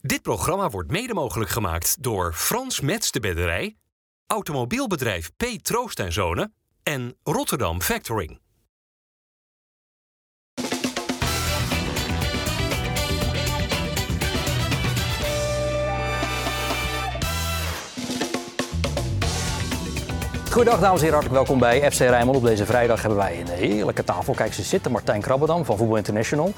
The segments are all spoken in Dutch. Dit programma wordt mede mogelijk gemaakt door Frans Mets de Bedderij, Automobielbedrijf P. Troost en Zonen en Rotterdam Factoring. Goedendag dames en heren, hartelijk welkom bij FC Rijnmond. Op deze vrijdag hebben wij een heerlijke tafel. Kijk, ze zitten. Martijn Krabbedam van Voetbal International.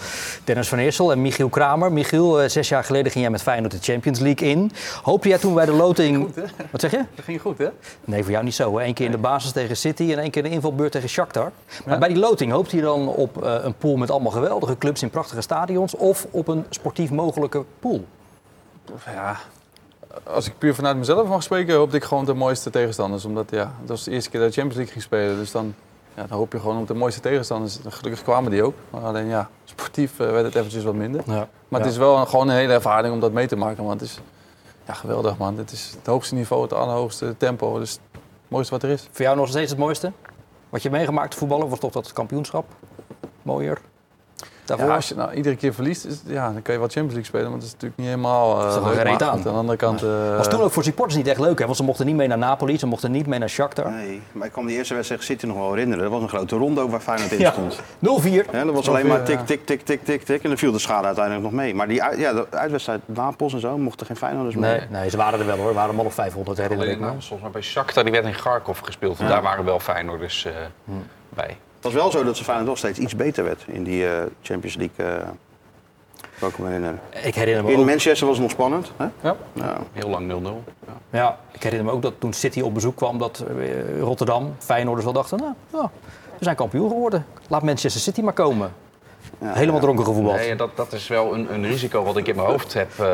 Dennis van Eersel en Michiel Kramer. Michiel, eh, zes jaar geleden ging jij met Feyenoord de Champions League in. Hoopte jij toen bij de loting... Goed, hè? Wat zeg je? Dat ging goed, hè? Nee, voor jou niet zo. hè? Eén keer in de basis tegen City en één keer in de invalbeurt tegen Shakhtar. Maar bij die loting hoopte je dan op eh, een pool met allemaal geweldige clubs in prachtige stadions... of op een sportief mogelijke pool? Ja. Als ik puur vanuit mezelf mag spreken, hoopte ik gewoon op de mooiste tegenstanders. Omdat ja, dat was de eerste keer dat ik Champions League ging spelen. Dus dan, ja, dan hoop je gewoon op de mooiste tegenstanders. Gelukkig kwamen die ook. Maar alleen ja, sportief eh, werd het eventjes wat minder. Ja. Maar het is wel een- gewoon een hele ervaring om dat mee te maken. Want het is ja, geweldig, man. Het is het hoogste niveau, het allerhoogste tempo. Dus het mooiste wat er is. Voor jou nog steeds het mooiste? Wat je hebt meegemaakt voetballen was toch dat kampioenschap? Mooier? Daarvoor? Ja, als je nou iedere keer verliest, is, ja, dan kan je wel Champions League spelen. Want dat is natuurlijk niet helemaal eh, Is toch wel leuk, geen maar reet aan? Aan de andere kant... eh, was toen ook voor supporters niet echt leuk, hè? Want ze mochten niet mee naar Napoli, ze mochten niet mee naar Shakhtar. Nee, maar ik kan me die eerste wedstrijd City nog wel herinneren. Dat was een grote rondo waar Feyenoord in Ja. stond. 0-4. Hè, dat was alleen maar Ongeveer, tik, tik, tik, tik, tik, tik. En dan viel de schade uiteindelijk nog mee. Maar die uit- ja, de uitwedstrijd Napels en zo mochten geen Feyenoorders meer. Nee, nee, ze waren er wel hoor. Er waren man of 500, herinner ik Alleen me. nou, volgens mij bij Shakhtar, die werd in Garkov gespeeld. En daar waren wel Feyenoorders eh bij. Het was wel zo dat ze Feyenoord wel steeds iets beter werd in die eh, Champions League. eh kan ik me herinneren. Ik herinner me In ook, Manchester was het nog spannend. Hè? ja. Nou, Heel lang 0-0. Ja. ja, ik herinner me ook dat toen City op bezoek kwam, dat eh, Rotterdam, Feyenoorders wel dachten, nou, ja, we zijn kampioen geworden. Laat Manchester City maar komen. Helemaal dronken gevoetbald. Nee, dat, dat is wel een, een risico wat ik in mijn hoofd heb, eh,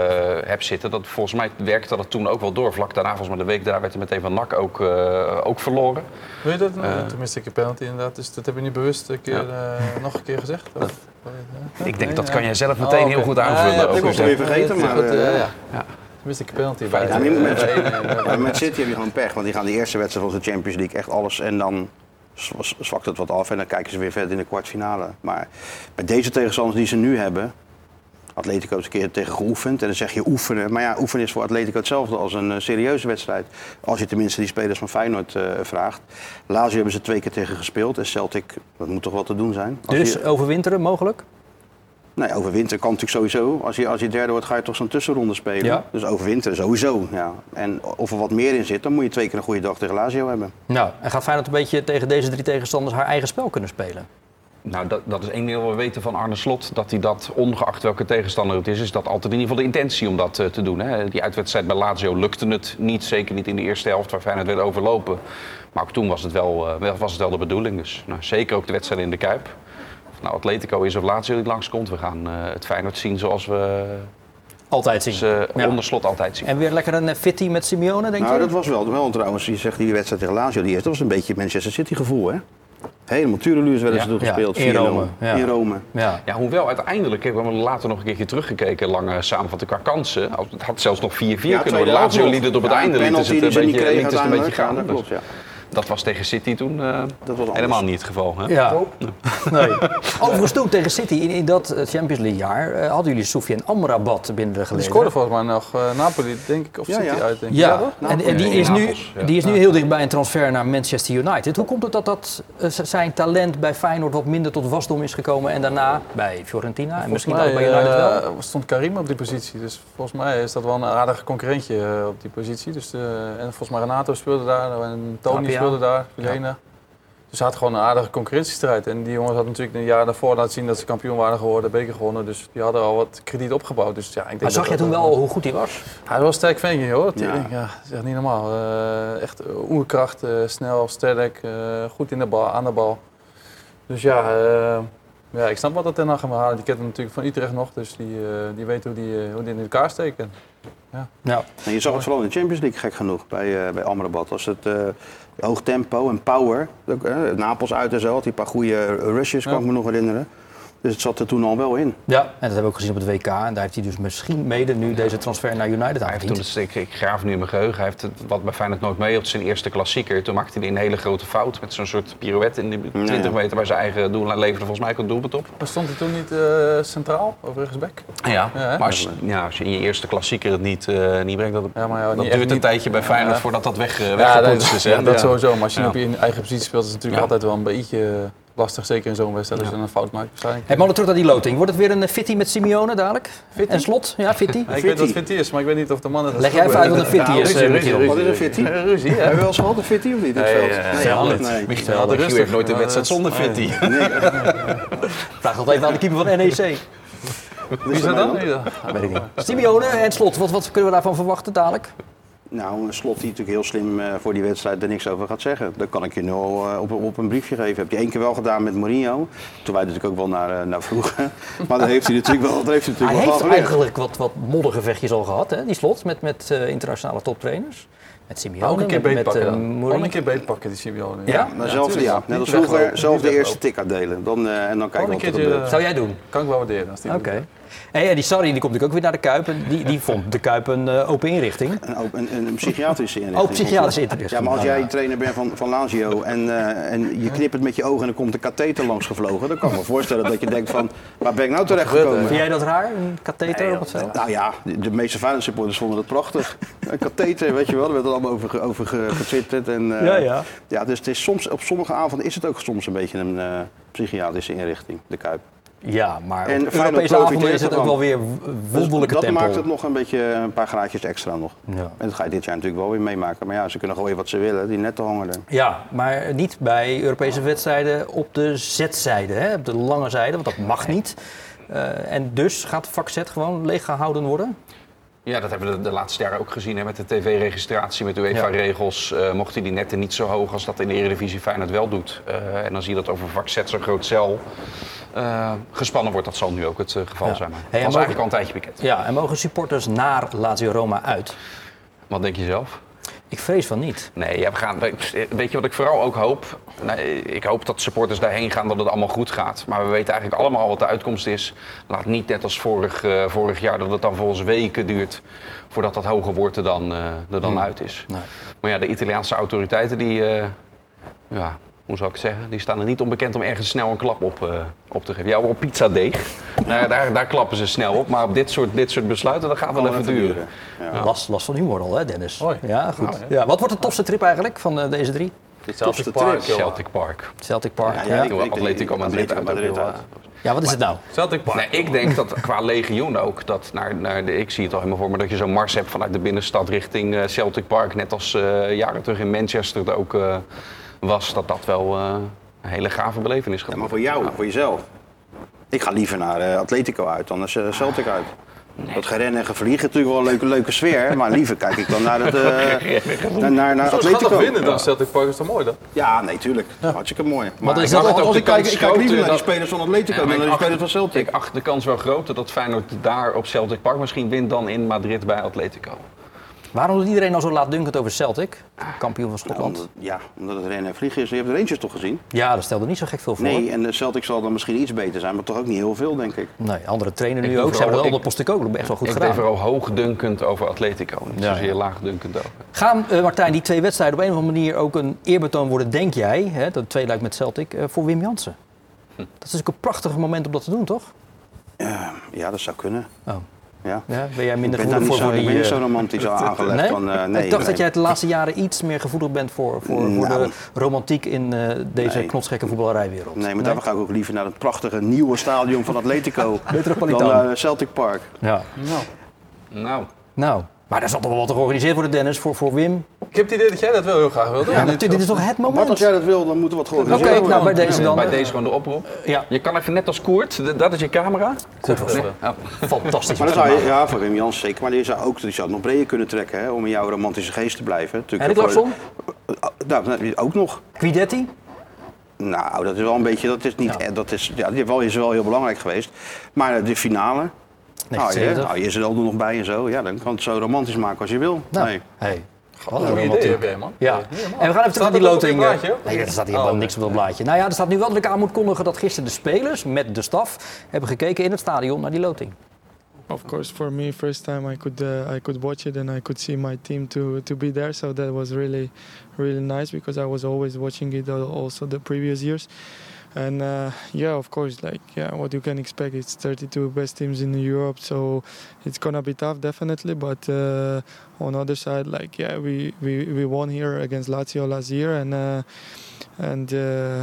heb zitten. Dat, volgens mij werkte dat toen ook wel door. Vlak daarna, volgens mij de week daarna, werd er meteen van NAC ook, eh, ook verloren. Wil je dat? Eh. Uh, Tenminste, ik heb penalty inderdaad. Dus dat heb je niet bewust een keer, eh, nog een keer gezegd? Of- Ik Nee, denk, dat ja. kan jij zelf Oh, meteen heel oké. goed Ja, aanvullen. ja, ook. ik was Dus, weer eh, vergeten, Ja, maar... goed, eh, ja, ja. Tenminste, ik heb penalty bij. ja, niet met, Nee, nee, nee. maar met City heb je gewoon pech. Want die gaan de eerste wedstrijd van de Champions League echt alles. En dan z- z- zwakt het wat af. En dan kijken ze weer verder in de kwartfinale. Maar bij deze tegenstanders die ze nu hebben. Atletico is een keer tegen geoefend. En dan zeg je oefenen. Maar ja, oefenen is voor Atletico hetzelfde als een eh, serieuze wedstrijd. Als je tenminste die spelers van Feyenoord eh, vraagt. Lazio hebben ze twee keer tegen gespeeld. En Celtic, dat moet toch wat te doen zijn? Als Dus je- overwinteren mogelijk? Nee, overwinter kan natuurlijk sowieso. Als je, als je derde wordt, ga je toch zo'n tussenronde spelen. Ja. Dus overwinteren sowieso. Ja. En of er wat meer in zit, dan moet je twee keer een goede dag tegen Lazio hebben. Nou, en gaat Feyenoord een beetje tegen deze drie tegenstanders haar eigen spel kunnen spelen? Nou, dat, dat is één ding wat we weten van Arne Slot. Dat hij dat, ongeacht welke tegenstander het is, is dat altijd in ieder geval de intentie om dat eh, te doen. Hè. Die uitwedstrijd bij Lazio lukte het niet. Zeker niet in de eerste helft waar Feyenoord werd overlopen. Maar ook toen was het wel, eh, wel- was het wel de bedoeling. Dus nou, zeker ook de wedstrijd in de Kuip. Of nou Atletico is of Lazio die langskomt. We gaan eh, het Feyenoord zien zoals we Altijd zien. ze Ja. Dus, eh, onder Slot altijd zien. En weer lekker een eh, fitty met Simeone, denk Nou, je? dat was wel, wel trouwens. Je zegt die wedstrijd tegen Lazio, die eerste, dat was een beetje Manchester City gevoel, hè? Helemaal Tureluurs werden ze Ja, toen ja, gespeeld. in 4-0. Rome, ja. In Rome. Ja. Ja, hoewel uiteindelijk, ik heb hem later nog een keertje teruggekeken, lange samenvatting qua kansen. Het had zelfs nog 4-4 kunnen tweede worden. helft Lazio nog. liet het op het Ja, einde een liet penalty dus het een die ze niet beetje, kregen liet het een beetje uiteindelijk. Ja, gaan. dus. dat klopt, ja. Dat was tegen City toen eh, Dat was anders. helemaal niet het geval. Hè? Ja. Nee. Overigens toen tegen City in, in dat eh, Champions League jaar eh, hadden jullie Soufiane Amrabat binnen Die gelegen. scoorde volgens mij nog eh, Napoli, denk ik. Of Ja, City ja. uit, denk ik. Ja, toch? en, en die, Ja, in is nu, Napels, ja. die is nu heel dichtbij een transfer naar Manchester United. Hoe komt het dat, dat eh, z- zijn talent bij Feyenoord wat minder tot wasdom is gekomen en daarna bij Fiorentina en misschien ook bij eh, United wel? stond Karim op die positie. Dus volgens mij is dat wel een aardig concurrentje eh, op die positie. Dus, eh, en volgens mij Renato speelde daar nou, en Tony Tapia. speelde daar, Lena. Dus ze had gewoon een aardige concurrentiestrijd. En die jongens hadden natuurlijk een jaar daarvoor laten zien dat ze kampioen waren geworden, beker gewonnen. Dus die hadden al wat krediet opgebouwd. Dus, ja, ik denk Maar dat zag je dat toen ook- wel hoe goed hij was? Hij was een sterk ventje hoor. Ja. Ja. ja, dat is echt niet normaal. Eh, echt oerkracht, eh, snel, sterk, eh, goed in de bal, aan de bal. Dus ja, eh, ja ik snap wat dat ten Hag hem halen. Die kent hem natuurlijk van Utrecht nog, dus die, eh, die weet hoe die, eh, hoe die in elkaar steken. Ja. En Nou, je zag het vooral in de Champions League, gek genoeg, bij, eh, bij Amrabat. Als het eh, hoog tempo en power, ook, eh, Napels uit en zo, had hij een paar goede rushes, kan Ja. ik me nog herinneren. Dus het zat er toen al wel in. Ja, en dat hebben we ook gezien op het WK. En daar heeft hij dus misschien mede nu deze transfer naar United Hij heeft toen, aangediend. het- ik, ik graaf nu in mijn geheugen, hij heeft het- wat bij Feyenoord nooit mee op zijn eerste klassieker. Toen maakte hij een hele grote fout met zo'n soort pirouette in de 20 meter bij zijn eigen doel. En leverde volgens mij ook een doelpunt op. Maar stond hij toen niet eh, centraal, of rechtsback? Ja, Ja, hè? maar als, ja, als je in je eerste klassieker het niet, eh, niet brengt, dan, Ja, maar ja, dan niet- duurt echt het een niet- tijdje bij Ja. Feyenoord voordat dat weg, eh, weggepoetst is. hè. ja, dat Ja. sowieso. Maar als je Ja. op je eigen positie speelt, is het natuurlijk Ja. altijd wel een beetje lastig. Zeker in zo'n wedstrijd, als je dan een fout maakt. Waarschijnlijk. Hey, mannen, terug naar die loting. Wordt het weer een eh, fitty met Simeone dadelijk? En slot? Ja, fitty. Ja, ik weet wat fitty is, maar ik weet niet of de mannen dat Leg jij even uit wat een fitty nou, is, eh, Michiel. Wat is een fitty? Ruzie, hè? Hebben we wel eens gehad een fitty of niet in het veld? eh, nee, altijd nee. Michiel had rustig. heeft nooit een Ja, wedstrijd dat- zonder Fitty. Vraag dat even aan de E keeper van NEC. Wie is dat dan? Wie dan? Weet ik niet. Simeone en slot, wat, wat kunnen we daarvan verwachten dadelijk? Nou, een slot die natuurlijk heel slim eh, voor die wedstrijd er niks over gaat zeggen. Dat kan ik je nu al eh, op, op een briefje geven. Heb je één keer wel gedaan met Mourinho. Toen wij natuurlijk ook wel naar, eh, naar vroegen. Maar dat heeft hij natuurlijk wel, dat heeft hij Hij natuurlijk wel heeft geleerd. eigenlijk wat, wat moddergevechtjes al gehad, hè? die slot, met, met eh, internationale toptrainers. Met Simeone, Ook een keer met, met beetpakken eh, dan. Mourinho. Ook een keer beetpakken, die Simeone. Ja? Maar zelfde, ja. Net als vroeger, zelf de eerste tik uitdelen. Dan, eh, en dan kijken Gewoon wat een er keertje- gebeurt. Zou jij doen? Kan ik wel waarderen. als die Oké. doet. En ja, die Sarri die komt natuurlijk ook weer naar de Kuip. En die, die vond de Kuip een eh, open inrichting. Een, ook een, een psychiatrische inrichting. Oh, psychiatrische inrichting. Ja, maar als Nou, jij ja. trainer bent van, van Lazio en, eh, en je knippert met je ogen en er komt een katheter langs gevlogen. Dan kan ik me voorstellen dat je denkt van, waar ben ik nou terecht gekomen? Vind jij dat raar, een katheter op het veld? Nou ja, de- de meeste Feyenoord supporters vonden dat prachtig. Een katheter, weet je wel, daar werd er allemaal over, ge- over ge- getwitterd. En, eh, Ja, ja. ja, dus het is soms, op sommige avonden is het ook soms een beetje een eh, psychiatrische inrichting, de Kuip. Ja, maar En op Feyenoord Europese avonden profiteert is het ook wel ervan. weer w- Dus wonderlijke dat tempel. maakt het nog een beetje een paar graadjes extra nog. Ja. En dat ga je dit jaar natuurlijk wel weer meemaken. Maar ja, ze kunnen gooien wat ze willen, die netten hangen er. Ja, maar niet bij Europese wedstrijden op de Z-zijde, hè? op de lange zijde, want dat mag niet. Eh, en dus gaat vak Z gewoon leeggehouden worden? Ja, dat hebben we de, de laatste jaren ook gezien hè, met de tv-registratie, met UEFA-regels. eh mochten die netten niet zo hoog als dat in de Eredivisie Feyenoord wel doet. Eh, en dan zie je dat over vak Z zo'n groot cel eh, gespannen wordt. Dat zal nu ook het eh, geval Ja. zijn. Maar Hey, dat was en mogen- eigenlijk al een tijdje bekend. Ja, en mogen supporters naar Lazio Roma uit? Wat denk je zelf? Ik vrees van niet. Nee, ja, we gaan, we- weet je wat ik vooral ook hoop? Nou, ik hoop dat supporters daarheen gaan dat het allemaal goed gaat. Maar we weten eigenlijk allemaal wat de uitkomst is. Laat niet net als vorig, eh, vorig jaar dat het dan volgens weken duurt voordat dat hoge woord er dan, eh, er Hmm. dan uit is. Maar ja, de Italiaanse autoriteiten die, eh, ja, hoe zou ik het zeggen, die staan er niet onbekend om ergens snel een klap op, eh, op te geven. Ja, op pizzadeeg. daar, Nou daar, daar klappen ze snel op. Maar op dit soort, dit soort besluiten, dat gaat wel even duren. Last, last van humor al, hè Dennis? Hoi. Ja, goed. ja. Wat wordt de topste trip eigenlijk van eh, deze drie? Topste trip. Celtic Park. Celtic Park. Ja, Ja, ja, Ik wil Ik denk- Atletico Madrid Atletico uit. Madrid ook wel, uit. eh, Ja, wat is het nou? Celtic Park. Nee, ik denk dat qua legioen ook, dat naar, naar de, ik zie het al helemaal voor me, dat je zo'n mars hebt vanuit de binnenstad richting eh, Celtic Park. Net als eh, jaren terug in Manchester het ook eh, was, dat dat wel eh, een hele gave belevenis gaat Ja, maar voor worden. jou, voor jezelf. Ik ga liever naar eh, Atletico uit dan naar eh, Celtic uit. Dat gerennen en gevliegen natuurlijk wel een leuke, leuke sfeer. Maar liever kijk ik dan naar, het, eh, naar, naar, naar Zo, ze gaan Atletico. toch winnen dan, Celtic Park is toch mooi dan? Ja, nee, tuurlijk. Hartstikke mooi. Maar, is ik- dat als, ook als de ik kijk, kans ik kijk liever naar groter die dat- spelers van Atletico Ja, maar dan naar die ik spelers van acht- Celtic. Ik acht de kans wel groter dat Feyenoord daar op Celtic Park misschien wint dan in Madrid bij Atletico. Waarom doet iedereen al zo laatdunkend over Celtic? Kampioen van Schotland. Omdat, ja, omdat het rennen en vliegen is. Je hebt de Rangers toch gezien? Ja, dat stelde niet zo gek veel voor. Nee, Nee, en de Celtic zal dan misschien iets beter zijn, maar toch ook niet heel veel, denk ik. andere trainer nu doe ook. Ze hebben vooral- dat ik- onder Postecoglou echt wel goed ik gedaan. ben vooral hoogdunkend over Atletico, niet Ja, zozeer ja. laagdunkend over. Gaan, eh, Martijn, die twee wedstrijden op een of andere manier ook een eerbetoon worden, denk jij, hè, dat tweeluik met Celtic, eh, voor Wim Jansen? Dat is natuurlijk een prachtig moment om dat te doen, toch? Ja, dat zou kunnen. Oh. Ja. Ja, ben jij Ik minder ben gevoelig daar niet voor, zo, voor ik die... ben niet zo eh, romantisch aangelegd. nee? Van, eh, nee, ik dacht nee. dat jij het de laatste jaren iets meer gevoelig bent voor, voor, voor de Nou. romantiek in eh, deze Nee. knotsgekke voetballerijwereld. Nee, maar daarom ga ik ook liever naar het prachtige nieuwe stadion van Atletico Metropolitaan. dan naar Celtic Park. Ja. Nou, Nou, maar daar zat toch wel wat georganiseerd worden, Dennis, voor, voor Wim. Ik heb het idee dat jij dat wel heel graag wil doen. Ja, natuurlijk, dit is toch het Bart, als moment? jij dat wil, dan moeten we wat Oké, georganiseerd worden. nou bij deze dan. bij eh, deze gewoon de oproep. Ja, Je kan even net als Koert, d- dat is je camera. goed was het. Oh. Fantastisch. Maar was dan zou het. je, ja, voor Wim Jans zeker. Maar die zou ook die zou het nog breder kunnen trekken hè, om in jouw romantische geest te blijven. Natuurlijk Henrik voor- Larsson, Nou, nou, ook nog. Guidetti. Nou, dat is wel een beetje. Dat is niet. Ja. eh, Dat is, ja, die wel, is wel heel belangrijk geweest. Maar eh, de finale. Nou, je, 1970. nou, je is er nog bij en zo. Ja, dan kan het zo romantisch maken als je wil. Nou, Nee. hey. Wat een Goeie romantiek. idee heb jij, man. Ja. Niet normaal. En we gaan even terug naar Staat die dat op dit loting. eh. blaadje, hoor? Nee, er staat hier helemaal niks op dat blaadje. Nou ja, er staat nu wel dat ik aan moet kondigen dat gisteren de spelers met de staf hebben gekeken in het stadion naar die loting. Of course, for me, first time I could uh, I could watch it and I could see my team to to be there. So that was really, really nice because I was always watching it al- also the previous years. And uh, yeah, of course, like yeah, what you can expect. It's 32 best teams in Europe, so it's gonna be tough, definitely. But uh, on other side, like yeah, we, we, we won here against Lazio last year, and uh, and uh,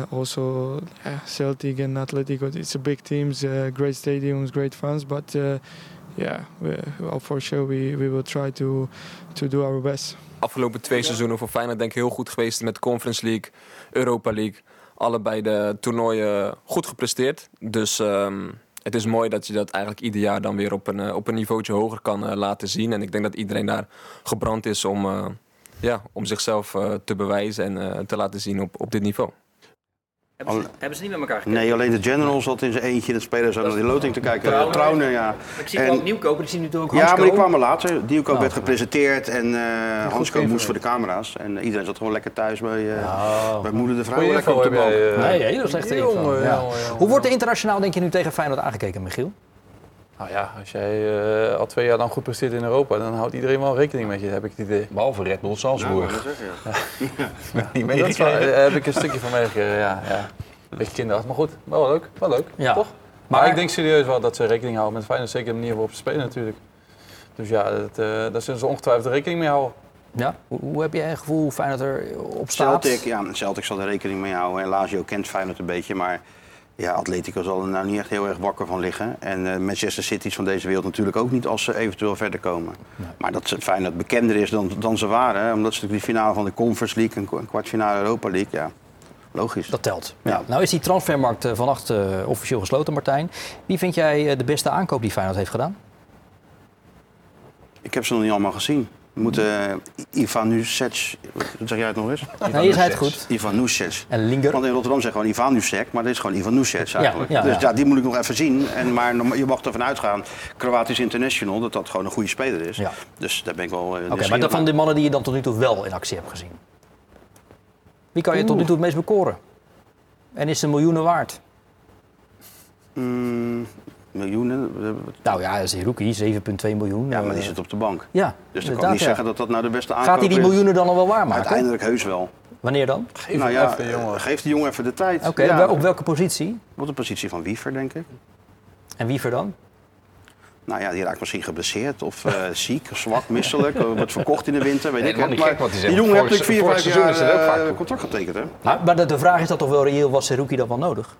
also yeah, Celtic and Atletico. It's a big teams, uh, great stadiums, great fans, but. Uh, yeah, we, well, for sure we, we will try to to do our best. afgelopen twee seizoenen voor Feyenoord denk ik heel goed geweest met de Conference League, Europa League. Allebei de toernooien goed gepresteerd. Dus ehm, het is mooi dat je dat eigenlijk ieder jaar dan weer op een, eh, op een niveautje hoger kan eh, laten zien. En ik denk dat iedereen daar gebrand is om, eh, ja, om zichzelf eh, te bewijzen en eh, te laten zien op, op dit niveau. Hebben ze- niet met elkaar Nee, alleen de general zat in zijn eentje. De spelers aan naar die loting te kijken. Trouwner. Trouwner, Trouwner ja. Ik zie En- ook Nieuwkoop, ik zie nu ook Ja, maar die kwamen later. Dioco Ah, Nou. werd gepresenteerd en eh Hansko even. moest voor de camera's. En eh, iedereen zat gewoon lekker thuis bij, eh, bij moeder de vrouw. Oh. Goeie lekker info op de heb bank. jij. eh. Nee, hele slechte info. Jongen, Ja. jongen, jongen. Hoe wordt er internationaal denk je nu tegen Feyenoord aangekeken, Michiel? Nou ja, als jij eh, al twee jaar lang goed presteert in Europa, dan houdt iedereen wel rekening met je, heb ik het idee. Behalve Red Bull Salzburg. die Dat is wel- eh, heb ik een stukje van meegekregen, ja. ja. Beetje kinderachtig, maar goed. Wel leuk, wel leuk. Ja. Toch? Maar, ik denk serieus wel dat ze rekening houden met Feyenoord. Zeker de manier waarop ze spelen natuurlijk. Dus ja, dat, eh, daar zullen ze ongetwijfeld rekening mee houden. Ja? Hoe, hoe heb jij een gevoel hoe Feyenoord er op staat? Celtic, ja, Celtic zal er rekening mee houden. En Lazio kent Feyenoord een beetje, maar ja, Atletico zal er nou niet echt heel erg wakker van liggen. En eh, Manchester City's van deze wereld natuurlijk ook niet als ze eventueel verder komen. Maar dat ze- Feyenoord bekender is dan, dan ze waren, hè, omdat ze natuurlijk die finale van de Conference League en kwa- en kwartfinale Europa League, ja, logisch. Dat telt. Ja. Ja. Nou is die transfermarkt eh, vannacht eh, officieel gesloten, Martijn. Wie vind jij eh, de beste aankoop die Feyenoord heeft gedaan? Ik heb ze nog niet allemaal gezien. We moeten eh, Ivan Nusets, zeg jij het nog eens? Nee, je zei het goed. Ivan Nusets. En Linger. Want in Rotterdam zeggen gewoon Ivan Nusek, maar dit is gewoon Ivan Nusek eigenlijk. ja, ja. Dus ja, die moet ik nog even zien. En, maar norma- je mag ervan uitgaan, Kroatisch International, dat dat gewoon een goede speler is. Ja. Dus daar ben ik wel... eh, Oké, nieuwsgierig maar dat van naar. de mannen die je dan tot nu toe wel in actie hebt gezien. Wie kan je tot nu toe het meest bekoren? En is de miljoenen waard? Mm, miljoenen? eh, wat- Nou ja, dat is een rookie, 7,2 miljoen. Ja, maar die eh, zit op de bank. ja, Dus dan kan ik inderdaad, niet ja. zeggen dat dat nou de beste aankoop Gaat hij die is. miljoenen dan al wel waar maken? Uiteindelijk heus wel. Wanneer dan? nou ja, even, jongen. eh, geef de jongen even de tijd. Oké, Ja, wel- op welke positie? Op de positie van Wiever, denk ik. En wie voor dan? Nou ja, die raakt misschien geblesseerd of eh, ziek, of zwak, misselijk. eh, wordt verkocht in de winter, weet Nee, ik man, het. niet gek wat hij zegt. die jongen heeft Vorig- natuurlijk vier, vorig vijf seizoen is het ook jaar vaak eh, goed. contract getekend, hè? Maar, maar de, de vraag is dat toch wel reëel, was Seruki dan wel nodig?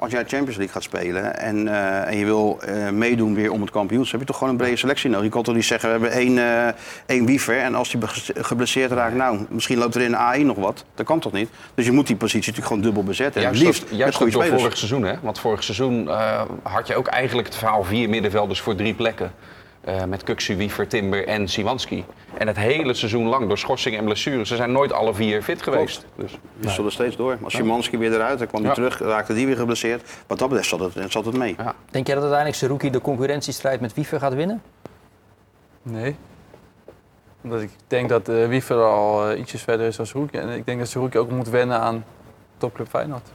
Als jij Champions League gaat spelen en, eh, en je wil eh, meedoen weer om het kampioenschap, heb je toch gewoon een brede selectie nodig. Je kan toch niet zeggen, we hebben één, eh, één wiever en als die be- geblesseerd raakt, nou, misschien loopt er in de AI nog wat. Dat kan toch niet? Dus je moet die positie natuurlijk gewoon dubbel bezetten. Juist, het liefst ook- met juist ook goede door spelers. vorig seizoen, hè? Want vorig seizoen eh, had je ook eigenlijk het verhaal vier middenvelders voor drie plekken. Eh, met Kuxu, Wiever, Timber en Simanski. En het hele seizoen lang, door schorsingen en blessures, ze zijn nooit alle vier fit geweest. Dus Die zullen steeds door. Als Szymanski weer eruit, dan kwam hij Ja. terug, raakte die weer geblesseerd. Wat dat betreft zat het, zat het mee. ja. Denk jij dat uiteindelijk Seruki de concurrentiestrijd met Wiever gaat winnen? Nee. Omdat ik denk dat eh Wiever al eh, ietsjes verder is dan Zeroekje. En ik denk dat Zeroekje ook moet wennen aan topclub Feyenoord.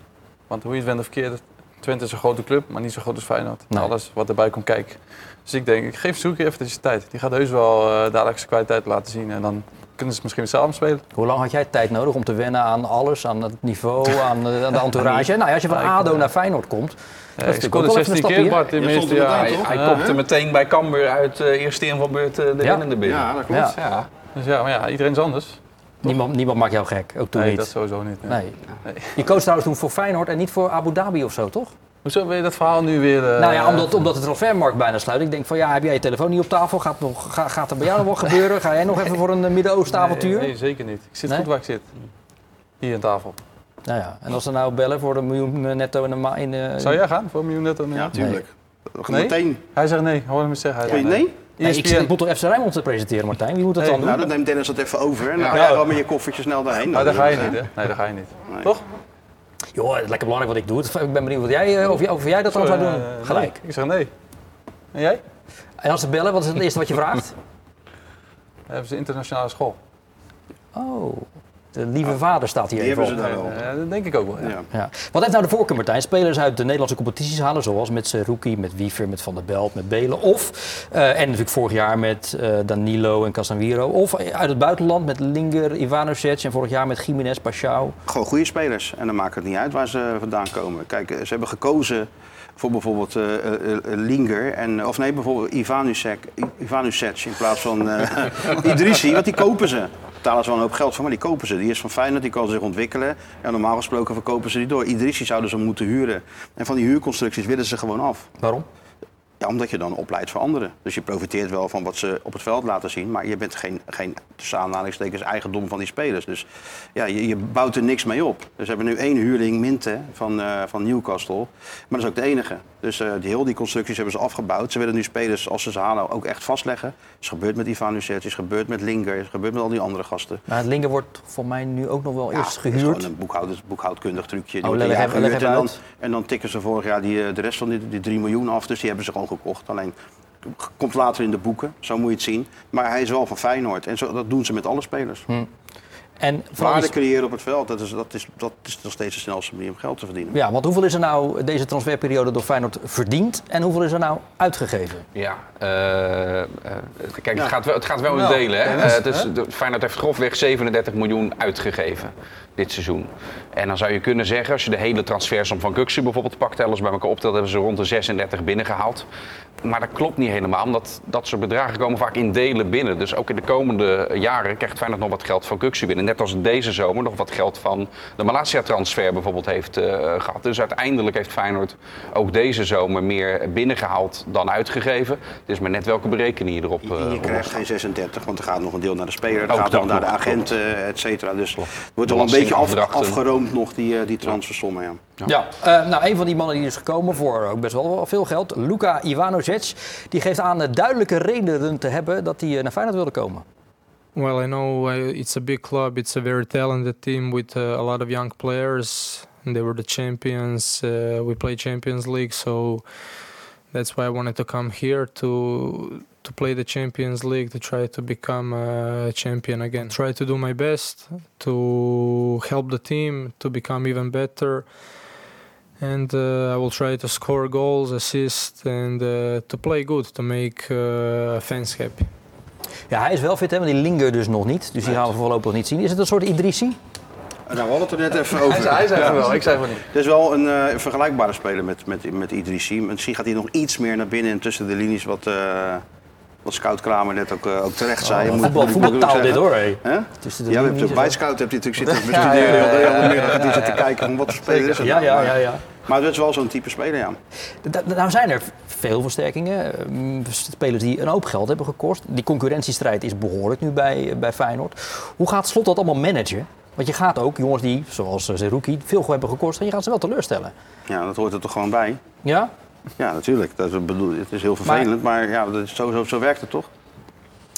Want hoe je het wendt of keert, Twente is een grote club, maar niet zo groot als Feyenoord. Nee. Alles wat erbij komt kijken. Dus ik denk, ik geef Zeroekje even deze tijd. Die gaat heus wel eh dadelijk zijn kwaliteit laten zien. En dan kunnen ze misschien samen spelen. Hoe lang had jij tijd nodig om te wennen aan alles, aan het niveau, aan, eh, aan de entourage? Nou ja, als je van ADO naar Feyenoord komt, dat is Ik natuurlijk ook wel even een stapje. keer, hè? Bart. In Je de stond eerste er jaar. meteen, Hij, toch? hij Ja. kopte meteen bij Cambuur uit eh eerste invalbeurt eh, de Ja. winnende binnen. Ja, dat klopt. Ja, Ja. Dus ja, maar ja, iedereen is anders. niemand, niemand maakt jou gek, ook toen nee, niet. dat sowieso niet. nee. Eh, Nee. Je koos trouwens toen voor Feyenoord en niet voor Abu Dhabi of zo, toch? Hoezo wil je dat verhaal nu weer... eh, nou ja, omdat, omdat de transfermarkt bijna sluit. Ik denk van ja, heb jij je telefoon niet op tafel? Gaat, nog, ga- gaat er bij jou nog wat gebeuren? Ga jij nog even voor een eh, Midden-Oosten-avontuur? Nee, nee, zeker niet. Ik zit Nee? goed waar ik zit. Hier aan tafel. Nou ja, en als ze nou bellen voor een miljoen eh, netto in een ma- in, eh, Zou jij gaan voor een miljoen netto? Ja, tuurlijk. Nee? Meteen. Hij zegt nee, hoor hem eens zeggen. Hij Weet je, zegt nee? Nee, ik zit ESPN. het moet toch FC Rijnmond te presenteren, Martijn? Wie moet dat Nee, dan doen? Nou, dat neemt Dennis dat even over. En dan Ja. ga je gewoon met je koffertje snel daarheen. Nou, daar ga je Dat is, niet, hè? Nee, daar ga je niet. Nee. Toch? Joh, het is lekker belangrijk wat ik doe. Het- Ik ben benieuwd wat jij, eh, of, jij, of jij dat dan zou Sorry, doen. eh, nee. Gelijk. Ik zeg nee. En jij? En als ze bellen, wat is het eerste wat je vraagt? Eh, hebben ze internationale school. Oh, de lieve vader staat hier Die even hebben op. ze daar wel. Eh, Ja, dat denk ik ook wel. Ja. Ja. Ja. Wat heeft nou de voorkeur, Martijn? Spelers uit de Nederlandse competities halen, zoals met Seruki, met Wiever, met Van der Belt, met Belen. Of, eh, en natuurlijk vorig jaar met eh, Danilo en Casemiro. Of uit het buitenland met Linger, Ivanovic en vorig jaar met Jiménez, Pashao. Gewoon goede spelers. En dan maakt het niet uit waar ze vandaan komen. Kijk, eh, ze hebben gekozen voor bijvoorbeeld eh, eh, eh, Linger. En, eh, of nee, bijvoorbeeld Ivanusek, I- Ivanusec in plaats van eh Idrissi. Want die kopen ze. Daar betalen ze wel een hoop geld voor, maar die kopen ze. Die is van Feyenoord, die kan zich ontwikkelen. En normaal gesproken verkopen ze die door. Idrissi zouden ze moeten huren. En van die huurconstructies willen ze gewoon af. Waarom? Ja, omdat je dan opleidt voor anderen. Dus je profiteert wel van wat ze op het veld laten zien. Maar je bent geen, geen tussen aanhalingstekens, eigendom van die spelers. Dus ja, je, je bouwt er niks mee op. Dus we hebben nu één huurling, Minte, van, eh, van Newcastle. Maar dat is ook de enige. Dus eh, die, heel die constructies hebben ze afgebouwd. Ze willen nu spelers, als ze ze halen, ook echt vastleggen. Het is gebeurd met Ivan Lucet, het is gebeurd met Linger, het is gebeurd met al die andere gasten. Maar Nou, het Linger wordt voor mij nu ook nog wel Ja, eerst Het is gehuurd. gewoon een boekhouders, boekhoudkundig trucje. Die Oh, wordt een leg jaar even- leg gehuurd even en, dan, uit. en dan tikken ze vorig jaar die, eh, de rest van die, die 3 miljoen af. Dus die hebben ze gewoon gekocht. Alleen k- komt later in de boeken, zo moet je het zien. Maar hij is wel van Feyenoord. En zo, dat doen ze met alle spelers. En vooral Waarde die- creëren op het veld, dat is, dat, is, dat is nog steeds de snelste manier om geld te verdienen. dus- ja, want hoeveel is er nou deze transferperiode door Feyenoord verdiend en hoeveel is er nou uitgegeven? Ja, eh, eh, kijk, het gaat wel, het gaat wel in delen. Hè? Eh, het is, de- Feyenoord heeft grofweg 37 miljoen uitgegeven dit seizoen. En dan zou je kunnen zeggen, als je de hele transfersom van Guxu bijvoorbeeld pakt, alles bij elkaar optelt, hebben ze rond de 36 binnengehaald. Maar dat klopt niet helemaal, omdat dat soort bedragen komen vaak in delen binnen. Dus ook in de komende jaren krijgt Feyenoord nog wat geld van Guxu binnen. Net als deze zomer nog wat geld van de Malasia-transfer bijvoorbeeld heeft eh, gehad. Dus uiteindelijk heeft Feyenoord ook deze zomer meer binnengehaald dan uitgegeven. Het is maar net welke berekening je erop eh, Je op krijgt geen 36, want er gaat nog een deel naar de speler. Er Ook gaat dat nog naar de nog, agenten, et cetera. Dus het wordt al een beetje af, Belastingafdrachten. afgeroomd nog, die, eh, die transfersommen. Ja. Ja, eh, nou een van die mannen die is gekomen voor eh, ook best wel veel geld, Luka Ivanovic, die geeft aan eh, duidelijke redenen te hebben dat hij eh, naar Feyenoord wilde komen. Well, I know uh, it's a big club. It's a very talented team with uh, a lot of young players. They were the champions. Uh, we play Champions League, so that's why I wanted to come here to to play the Champions League to try to become a champion again. Try to do my best to help the team to become even better. And uh, I will try to score goals, assist, and uh, to play good, to make uh, fans happy. Ja, hij is wel fit, hè, maar die Linger dus nog niet. Dus die gaan we voorlopig nog niet zien. Is het een soort Idrissi? En daar hadden Nou, we het er net even over. Hij zei van wel, ik zei van niet. Het is wel een eh, vergelijkbare speler met, met, met Idrissi. Misschien gaat hij nog iets meer naar binnen en tussen de linies, wat, eh wat Scout Kramer net ook, eh, ook terecht zei. Moet- Oh, voetbal, moet ik ook voetbaltaal dit zeggen. hoor. hé. Hè? Tussen de Ja, we linies hebben en zo. bij Scout heb je natuurlijk zitten bestuderen. Ja, ja, zitten kijken van wat voor speler is het Ja, nou? ja, Maar- ja, ja. Maar dat is wel zo'n type speler, ja. Da- da- Nou zijn er veel versterkingen. eh, mm, Spelers die een hoop geld hebben gekost. Die concurrentiestrijd is behoorlijk nu bij, eh, bij Feyenoord. Hoe gaat Slot dat allemaal managen? Want je gaat ook jongens die, zoals eh, Zerouki, veel hebben gekost. En je gaat ze wel teleurstellen. Ja, dat hoort er toch gewoon bij. Ja? Ja, natuurlijk. Dat bedoel, het is heel vervelend, maar, ja, dat is, zo, zo, zo werkt het toch? En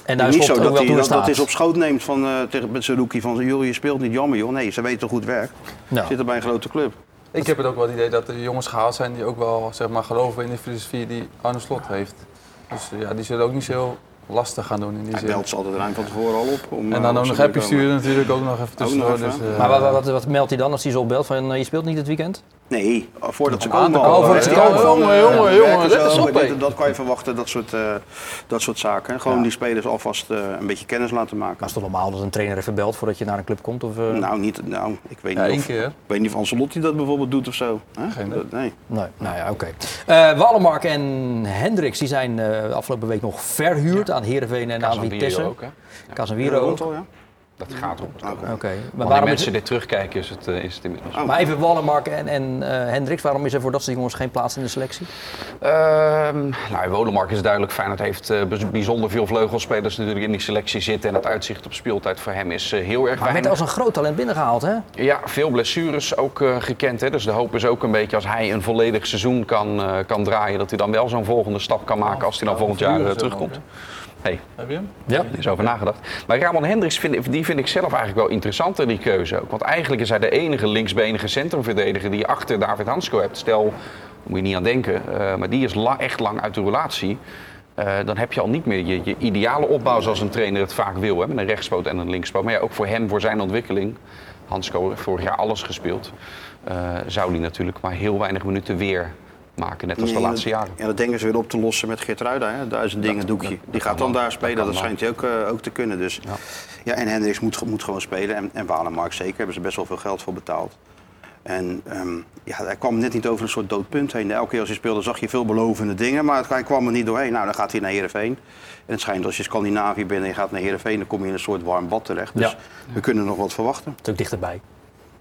daar Nou, is niet Slot zo ook dat wel hij toe in dat, dat staat. is op schoot neemt van, eh, tegen, met zijn rookie van joh, je speelt niet jammer joh. Nee, ze weten toch goed werk. Nou. Zitten bij een grote club. Ik heb het ook wel het idee dat er jongens gehaald zijn die ook wel zeg maar, geloven in de filosofie die Arne Slot heeft. Dus eh, ja, die zullen ook niet zo heel lastig gaan doen in die Hij zin. belt ze altijd ruim van tevoren al op. Om, En eh, dan op ook ze nog te appje komen. sturen natuurlijk ook nog even tussendoor. nog even. dus, eh, Maar wat, wat, wat meldt hij dan als hij ze opbelt van eh, je speelt niet het weekend? Nee, eh, voordat ze Om aan komen. te al. komen. Oh, voordat ze Ja, komen. van, Jongen, eh, jongen, werken jongen, zo. let eens op, Dit- hé. Dat kan je verwachten, dat soort, eh, dat soort zaken. Gewoon die spelers alvast eh, een beetje kennis laten maken. Maar is toch normaal dat een trainer even belt voordat je naar een club komt? Of, eh, Nou, niet, nou ik, weet ja, niet één of, ik keer. weet niet of Ancelotti dat bijvoorbeeld doet of zo. Hè? Geen idee. Dat- nee. Nee, nou ja, oké. Eh, Wallenmark en Hendricks die zijn eh, afgelopen week nog verhuurd aan Heerenveen en aan Casemiro Vitesse. ook, hè? Casemiro ook. Oké. Rondel, ja? Dat gaat op. Oké. Maar, Wanneer waarom is, mensen dit terugkijken is het, eh, is het inmiddels. Oh. maar even Wallenmark en, en eh, Hendricks, waarom is er voor dat soort jongens geen plaats in de selectie? Ehm nou, Wolemark is duidelijk. Feyenoord heeft eh, bijz- bijzonder veel vleugelspelers natuurlijk in die selectie zitten. En het uitzicht op speeltijd voor hem is eh, heel erg Maar werd weinig. als een groot talent binnengehaald, hè? Ja, veel blessures ook eh, gekend. Hè? Dus de hoop is ook een beetje als hij een volledig seizoen kan, eh, kan draaien... dat hij dan wel zo'n volgende stap kan maken als hij dan volgend jaar eh, terugkomt. Hey, Heb je hem? Ja. er is over nagedacht. Maar Ramon Hendricks vind, ik- die vind ik zelf eigenlijk wel interessanter, die keuze ook. Want eigenlijk is hij de enige linksbenige centrumverdediger die je achter David Hansko hebt. Stel, daar moet je niet aan denken, eh, maar die is la- echt lang uit de relatie. eh, dan heb je al niet meer je, je ideale opbouw zoals een trainer het vaak wil. Hè, met een rechtspoot en een linkspoot. Maar ja, ook voor hem, voor zijn ontwikkeling. Hansko heeft vorig jaar alles gespeeld. eh, zou hij natuurlijk maar heel weinig minuten weer maken. Net als de Nee, laatste dat- jaren. Ja, dat denken ze weer op te lossen met Geert hè? Duizend dingen doekje. Die gaat dan daar spelen. Dat, kan wel. schijnt hij ook, eh, ook te kunnen. Dus. Ja. en Hendricks moet, ge- moet gewoon spelen. En, en Walenmark zeker. Hebben ze best wel veel geld voor betaald. En ehm, ja, hij kwam net niet over een soort doodpunt heen. Elke keer als hij speelde zag je veelbelovende dingen. Maar het- hij kwam er niet doorheen. Nou, dan gaat hij naar Heerenveen. En het schijnt als je Scandinavië bent en je gaat naar Heerenveen... dan kom je in een soort warm bad terecht. Dus we kunnen nog wat verwachten. is ook dichterbij.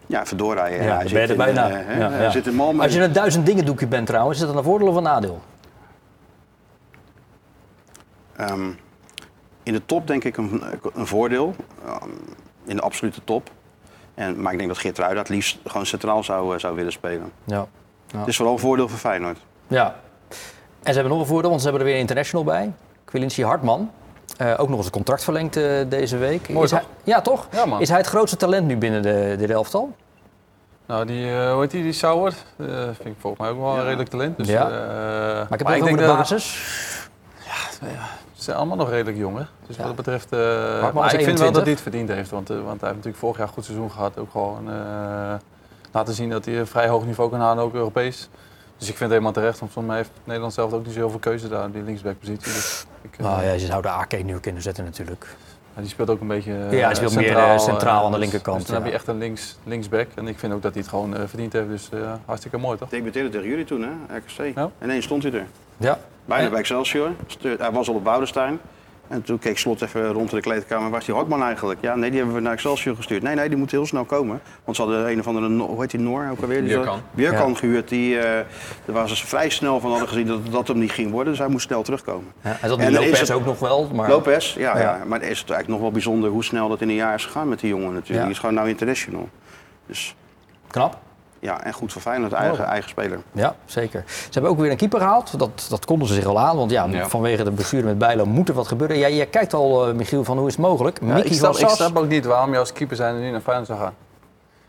Ja, verdorie. hè. Ja, dan hij ben zit je er in, bijna. eh, hè, Ja, hij ja. zit in Malmö. Als je een duizend dingen doekje bent trouwens, is dat een voordeel of een nadeel? Ehm, in de top denk ik een, een voordeel. Ehm, in de absolute top. En, maar ik denk dat Geert het liefst gewoon centraal zou, eh, zou willen spelen. Ja. Het is vooral een voordeel voor Feyenoord. ja. En ze hebben nog een voordeel, want ze hebben er weer een international bij. Quilinci Hartman. Eh, ook nog eens een contract verlengd eh, deze week. Mooi, is hij, toch? ja, toch? Ja, man. Is hij het grootste talent nu binnen de, dit elftal? Nou, die, eh hoe heet die, die Sauer? Eh, vind ik volgens mij ook wel een redelijk talent. Dus, Ja. eh, Maar ik heb maar het ik ook over denk de dat- basis. Ze zijn allemaal nog redelijk jong, hè? Dus wat dat betreft... eh, maar is ik vind wel 21. dat hij het verdiend heeft. Want, eh, want hij heeft natuurlijk vorig jaar een goed seizoen gehad. Ook gewoon eh, laten zien dat hij een vrij hoog niveau kan halen, ook Europees. Dus ik vind het helemaal terecht. Want volgens mij heeft Nederland zelf ook niet zo heel veel keuze daar. op Die linksbackpositie. Dus ik, eh, Nou ja, ze zouden AK nu ook kunnen zetten natuurlijk. Ja, die speelt ook een beetje eh, Ja, hij speelt meer, eh, centraal aan de dus- linkerkant, Dus dan heb ja. je echt een links, linksback. En ik vind ook dat hij het gewoon eh, verdiend heeft. Dus eh, hartstikke mooi, toch? Ik debuteerde tegen jullie toen, hè? RKC. Ja. En ineens stond hij er. Ja. Bijna bij Excelsior. Stuur- Hij was al op Boudestein. En toen keek Slot even rond in de kleedkamer. Waar is die Hartman eigenlijk? Ja, nee, die hebben we naar Excelsior gestuurd. Nee, nee, die moet heel snel komen. Want ze hadden een of andere, Noor- hoe heet die Noor ook alweer? Die Björkan. hadden- Björkan Ja. gehuurd. Die, eh daar waren ze vrij snel van hadden gezien dat dat hem niet ging worden. Dus hij moest snel terugkomen. Ja, en dat En en dan is Lopez het- ook nog wel. Maar... Lopez, ja, Ja. ja. Maar is het eigenlijk nog wel bijzonder hoe snel dat in een jaar is gegaan met die jongen natuurlijk. Ja. Die is gewoon nou international. Dus Knap. ja, en goed voor Feyenoord, eigen, eigen speler. Ja, zeker. Ze hebben ook weer een keeper gehaald. Dat, dat konden ze zich al aan. Want ja, Ja. vanwege de blessure met Bijlo moet er wat gebeuren. Ja, jij kijkt al, eh, Michiel, van hoe is het mogelijk? Ja, ik, Mickey van snap, ik Sas. snap ook niet waarom je als keeper zijn en nu naar Feyenoord zou gaan.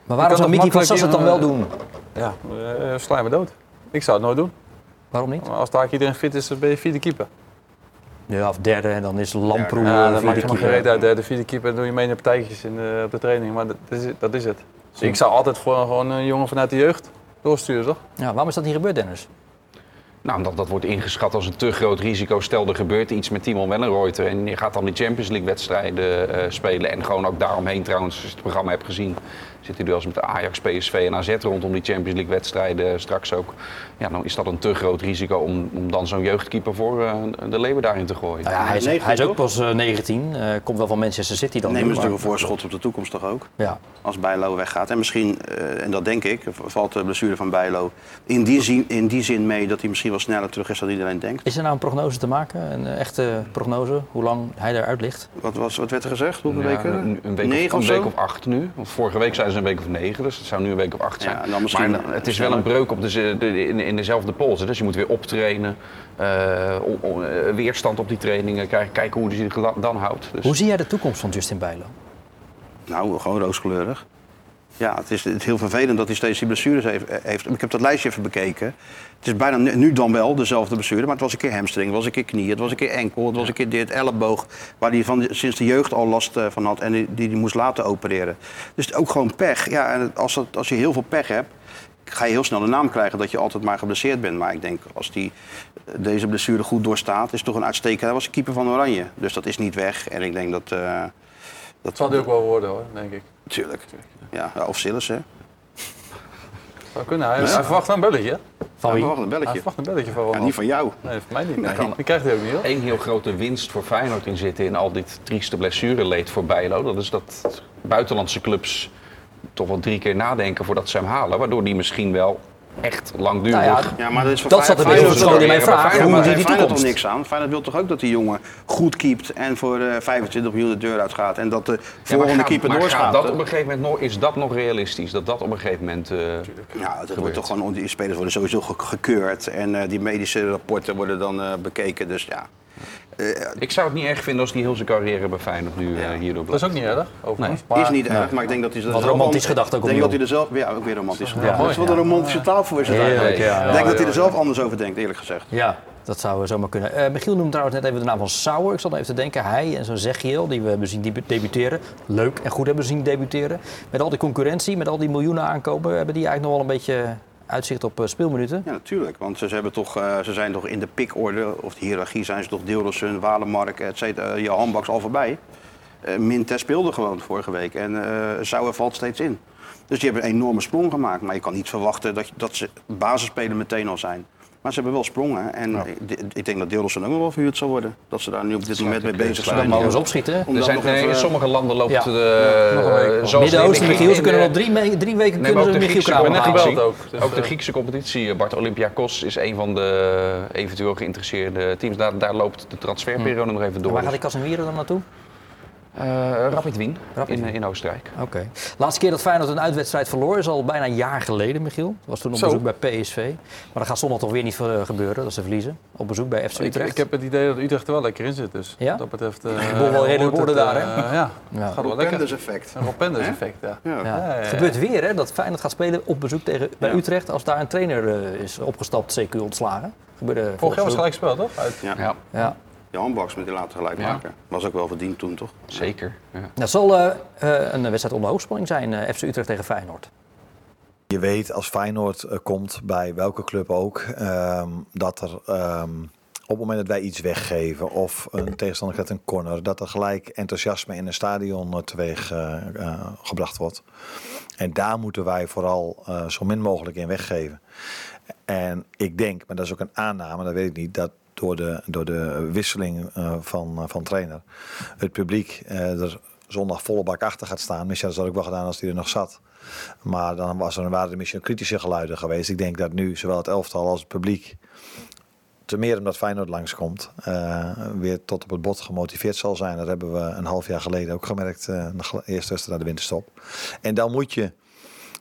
maar waarom je zou kan Mickey toch van Sas het dan wel makkelijk doen? Ja, eh sla je me dood. Ik zou het nooit doen. Waarom niet? Maar als daar iedereen fit is, dan ben je vierde keeper. Ja, of derde en dan is Lamproe Ja, eh, dat maakt vierde helemaal geen keeper. reet uit. hè. De vierde keeper doe je mee naar partijtjes in, eh, op de training. Maar dat is, het- dat is het. Dus ik zou altijd voor gewoon een jongen vanuit de jeugd doorsturen, toch? Ja, waarom is dat niet gebeurd, Dennis? Nou, omdat dat wordt ingeschat als een te groot risico. Stel, er gebeurt iets met Timon Wellenreuter en je gaat dan die Champions League wedstrijden eh, spelen. En gewoon ook daaromheen trouwens, als je het programma hebt gezien, zit hij nu als met de Ajax, PSV en AZ rondom die Champions League wedstrijden eh, straks ook. Ja, dan is dat een te groot risico om, om dan zo'n jeugdkeeper voor eh, de leeuwen daarin te gooien. Nou ja, hij is, 19 hij is ook toch? pas eh, 19. eh, komt wel van Manchester City dan. Nemen ze maar- natuurlijk een voorschot op de toekomst toch ook? Ja. Als Bijlo weggaat. En misschien, eh, en dat denk ik, v- valt de blessure van Bijlo in die, zin, in die zin mee dat hij misschien wel sneller terug is dan iedereen denkt. Is er nou een prognose te maken? Een eh, echte prognose? Hoe lang hij eruit ligt? Wat, was, wat werd er gezegd? Hoeveel Ja, weken? Een, een week, Negen of, of een zo? week of acht nu. Want vorige week zijn ze een week of negen, dus het zou nu een week of acht Ja, zijn. en dan misschien- maar het is wel een breuk op de, ze- de- in, in dezelfde polsen. Dus je moet weer optrainen, eh, om- om, eh, weerstand op die trainingen krijgen, kijken hoe hij zich la- dan houdt. Dus Hoe zie jij de toekomst van Justin Bijlo? Nou, gewoon rooskleurig. Ja, het is, het is heel vervelend dat hij steeds die blessures heeft, eh, heeft. Ik heb dat lijstje even bekeken. Het is bijna nu- nu dan wel dezelfde blessure, maar het was een keer hamstring, het was een keer knie, het was een keer enkel, het was een keer dit, elleboog. Waar hij van, sinds de jeugd al last eh, van had en die, die hij moest laten opereren. Dus ook gewoon pech. Ja, en als, dat, als je heel veel pech hebt, ga je heel snel de naam krijgen dat je altijd maar geblesseerd bent. Maar ik denk, als die eh, deze blessure goed doorstaat, is het toch een uitstekende. Hij was de keeper van Oranje, dus dat is niet weg. En ik denk dat... eh, dat Dat zal die ook wel worden, hoor, denk ik. Tuurlijk. Ja, ja, of Sillis, hè? Zou kunnen. Hij, hij verwacht wel een belletje. hè? Van Ja, wie? maar wacht, Hij een belletje. verwacht een belletje van Ja, Ronald. niet van jou. Nee, voor mij niet. kan- Die krijgt hij ook niet, hoor. één heel grote winst voor Feyenoord in zitten in al dit trieste blessureleed voor Bijlo. Dat is dat buitenlandse clubs toch wel drie keer nadenken voordat ze hem halen. Waardoor die misschien wel echt langdurig... Nou ja, Ja, maar dat is voor Dat zat Feyenoord- er weer Feyenoord- gewoon in mijn Feyenoord- vraag. Feyenoord- Hoe Feyenoord- zie die Feyenoord Feyenoord toch toekomst? niks aan. Feyenoord wil toch ook dat die jongen goed keept en voor eh, 25 miljoen de deur uitgaat. En dat de Ja, maar volgende gaat- keeper maar gaat doorgaat. dat op een gegeven moment nog, is dat nog realistisch? Dat dat op een gegeven moment... eh, Ja, dat wordt toch gewoon, die spelers worden sowieso ge- gekeurd. En eh, die medische rapporten worden dan eh, bekeken. Dus ja, Ik zou het niet erg vinden als hij heel zijn carrière bij Feyenoord nu eh, hierdoor Dat is blijft. ook niet erg, overigens. is niet erg, maar ik denk dat hij er Wat zelf romantisch anders- gedacht ook Ik denk dat opnieuw. hij er zelf... Ja, ook weer romantisch gedacht. mooi, Dat is wat een romantische tafel is het eigenlijk. ja. Ik denk dat hij er zelf anders over denkt, eerlijk gezegd. Ja, dat zou zomaar kunnen. Eh, Michiel noemde trouwens net even de naam van Sauer. Ik zat even te denken. Hij en zo'n Zegiel, die we hebben zien debu- debuteren. Leuk en goed hebben zien debuteren. Met al die concurrentie, met al die miljoenen aankopen, hebben die eigenlijk nog wel een beetje uitzicht op eh, speelminuten. Ja, natuurlijk. Want ze, ze hebben toch, eh, ze zijn toch in de pikorde, of de hiërarchie zijn ze toch Deeldersen, Walemark, et cetera, je handbaks al voorbij. Eh Minter speelde gewoon vorige week en eh Sauer valt steeds in. Dus die hebben een enorme sprong gemaakt. Maar je kan niet verwachten dat, dat ze basisspeler meteen al zijn. Maar ze hebben wel sprongen. En ik, d- ik denk dat Deeldersen ook nog wel verhuurd zal worden. Dat ze daar nu op dit moment mee bezig sluit zijn. Dan mogen ze opschieten. Om Er dat zijn, nog nee, even- in sommige landen loopt Ja. de... eh, zoals Midden-Oosten, in de- Michiel. Ze in kunnen eh, de- nog drie, me- drie weken Nee, kunnen maar ook ze de Michiel Griekse Kramer competitie. halen. gebeld ook, dus, ook de Griekse competitie. Bart Olympiakos is een van de eventueel geïnteresseerde teams. Daar, daar loopt de transferperiode nog even En door. Waar gaat ik Casemiro dan naartoe? Eh, Rapid Wien Rapid in, in Oostenrijk. Oké. Laatste keer dat Feyenoord een uitwedstrijd verloor is al bijna een jaar geleden, Michiel. Dat was toen op Zo. bezoek bij PSV. Maar dat gaat zondag toch weer niet eh, gebeuren, dat ze verliezen. Op bezoek bij FC Ik, Utrecht. ik heb het idee dat Utrecht er wel lekker in zit. Dus Ja? wat dat betreft... eh, boel wel redelijk hoort worden het, daar, hè? eh, ja, Ja. gaat wel Penders lekker. effect. Een Rob Penders effect, ja. Ja. Ja. ja, Het ja. gebeurt weer hè, dat Feyenoord gaat spelen op bezoek tegen, bij Utrecht als daar een trainer eh, is opgestapt, CQ ontslagen. Gebeurde Vorig jaar seizoen. was gelijk gespeeld, toch? Uit- Ja. Ja, Ja. De handbaks met die later gelijk Ja. maken. Was ook wel verdiend toen, toch? zeker. Ja. Dat zal eh, eh, een wedstrijd onder hoogspanning zijn, eh, FC Utrecht tegen Feyenoord. Je weet als Feyenoord eh, komt bij welke club ook, ehm, dat er ehm, op het moment dat wij iets weggeven of een tegenstander gaat een corner, dat er gelijk enthousiasme in een stadion eh, teweeg eh, eh, gebracht wordt. En daar moeten wij vooral eh, zo min mogelijk in weggeven. En ik denk, maar dat is ook een aanname, dat weet ik niet, dat door de, door de wisseling eh, van, eh, van trainer het publiek eh, er zondag volle bak achter gaat staan. Misschien had ze dat ook wel gedaan als hij er nog zat. Maar dan was er, waren er misschien kritische geluiden geweest. Ik denk dat nu zowel het elftal als het publiek, te meer omdat Feyenoord langskomt, eh weer tot op het bot gemotiveerd zal zijn. Dat hebben we een half jaar geleden ook gemerkt, eh de gel- eerste wedstrijd naar de winterstop. En dan moet je,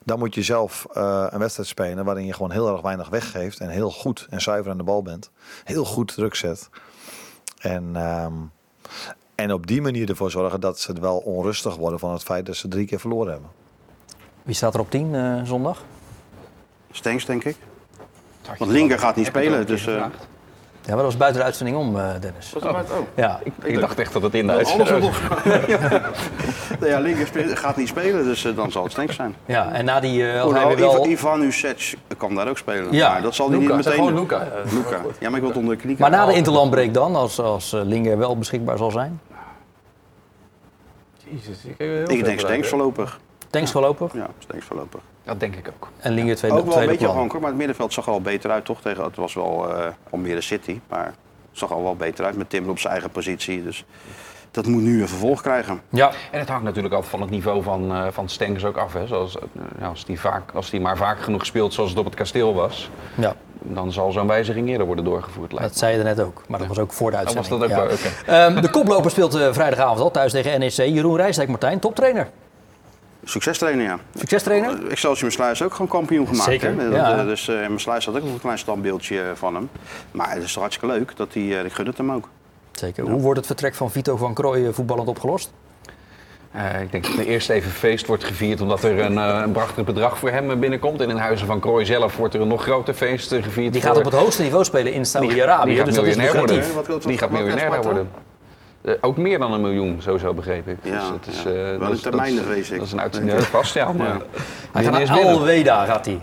dan moet je zelf eh, een wedstrijd spelen waarin je gewoon heel erg weinig weggeeft en heel goed en zuiver aan de bal bent. Heel goed druk zet. En, ehm, en op die manier ervoor zorgen dat ze wel onrustig worden van het feit dat ze drie keer verloren hebben. Wie staat er op 10 eh, zondag? Stengs, denk ik. Want Linker gaat niet spelen, dus... eh, Ja, maar dat was buiten de uitzending om, eh, Dennis. Ja. Ik dacht echt dat het in de Alles uitzending was. Nou ja, linker spe- gaat niet spelen, dus eh, dan zal het Stenks zijn. ja, en na die... Oh, eh, had hij nou, Hoewel, weer wel... Ivan- Ivan Usec kan daar ook spelen. Ja. Maar dat zal hij Luca, niet zeg meteen gewoon doen. Luca. Luca. Ja, maar ik wil het onder de knie Maar na de krijgen. interlandbreek dan, als, als eh, Linger wel beschikbaar zal zijn? Jezus, ik heb heel veel Ik denk bereikt, Stenks hè. voorlopig. Tanks voorlopig Ja, Stenks voorlopig. Dat denk ik ook. en Linger tweede, Ook wel een tweede beetje plan. afhankelijk, maar het middenveld zag er al beter uit toch? Tegen, het was wel eh Almere City, maar het zag er al wel beter uit met Timber op zijn eigen positie. Dus dat moet nu een vervolg krijgen. Ja, En het hangt natuurlijk altijd van het niveau van, eh van Stengs ook af. Hè. Zoals, eh, nou, als die vaak- als die maar vaak genoeg speelt zoals het op het kasteel was, ja, dan zal zo'n wijziging eerder worden doorgevoerd. Lijkt Nou, dat zei je net ook. Maar dat was ook voor de Oh, was uitzending. dat ook ja. wel, oké. Ehm, de koploper speelt eh, vrijdagavond al thuis tegen NEC. Jeroen Rijsdijk, Martijn, toptrainer. Succestrainer, ja. Succestrainer? Ik Excelsior Sluis ook gewoon kampioen gemaakt. Zeker, Hè? ja. Dat, eh, Dus mijn Sluis had ook nog een klein standbeeldje eh, van hem. Maar het is toch hartstikke leuk dat hij, eh, ik gun het hem ook. Zeker. Hoe wordt het vertrek van Vito van Krooijen voetballend opgelost? Eh, ik denk dat er eerst even feest wordt gevierd omdat er een, eh, een prachtig bedrag voor hem eh, binnenkomt. En in Huizen van Krooi zelf wordt er een nog groter feest eh, gevierd. Die gaat op voor- het hoogste niveau spelen in die Saudi-Arabië. gaat Dus dat is miljonair worden. lucratief. Wat- wat- wat- Die gaat wat krijgt miljonair Sparta? worden. Eh, ook meer dan een miljoen, sowieso begreep ik. Ja, dat is, ja. eh, Wel in dat is- dat termijnen, is- vrees ik. Dat is een uitzending vast, ja. Maar Hij gaat miljonair naar is binnen. Alweda, gaat hij.